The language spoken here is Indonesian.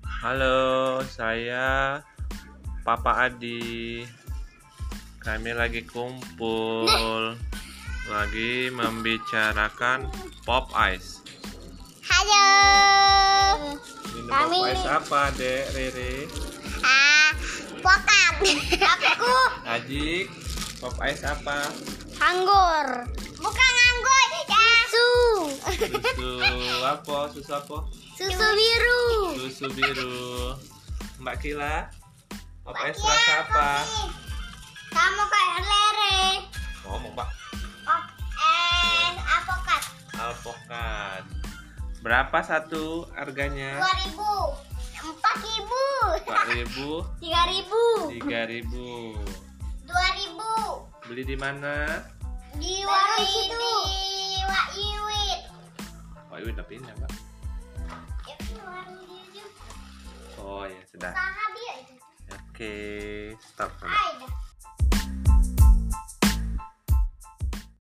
Halo, saya Papa Adi. Kami lagi kumpul, lagi membicarakan pop ice. Halo. Minum Kami- pop ice apa, Dek Riri? Ah, pokap. Aku Ajik, pop ice apa? anggur. Bukan anggur, ya. Susu. Susu apa? Susu apa? Susu biru. Susu biru. Mbak Kila, pop ice rasa apa? Kamu kayak lere. Ngomong, Pak. Pop es apokat. Alpokat. Berapa satu harganya? 2000. 4000. 4000 3000. 3000 2000. beli di mana Di Wai di Wai Iwit. oh ini udah pindah pak Itu warung dia juga. oh ya sudah Usaha dia itu. oke stop sana. Hai.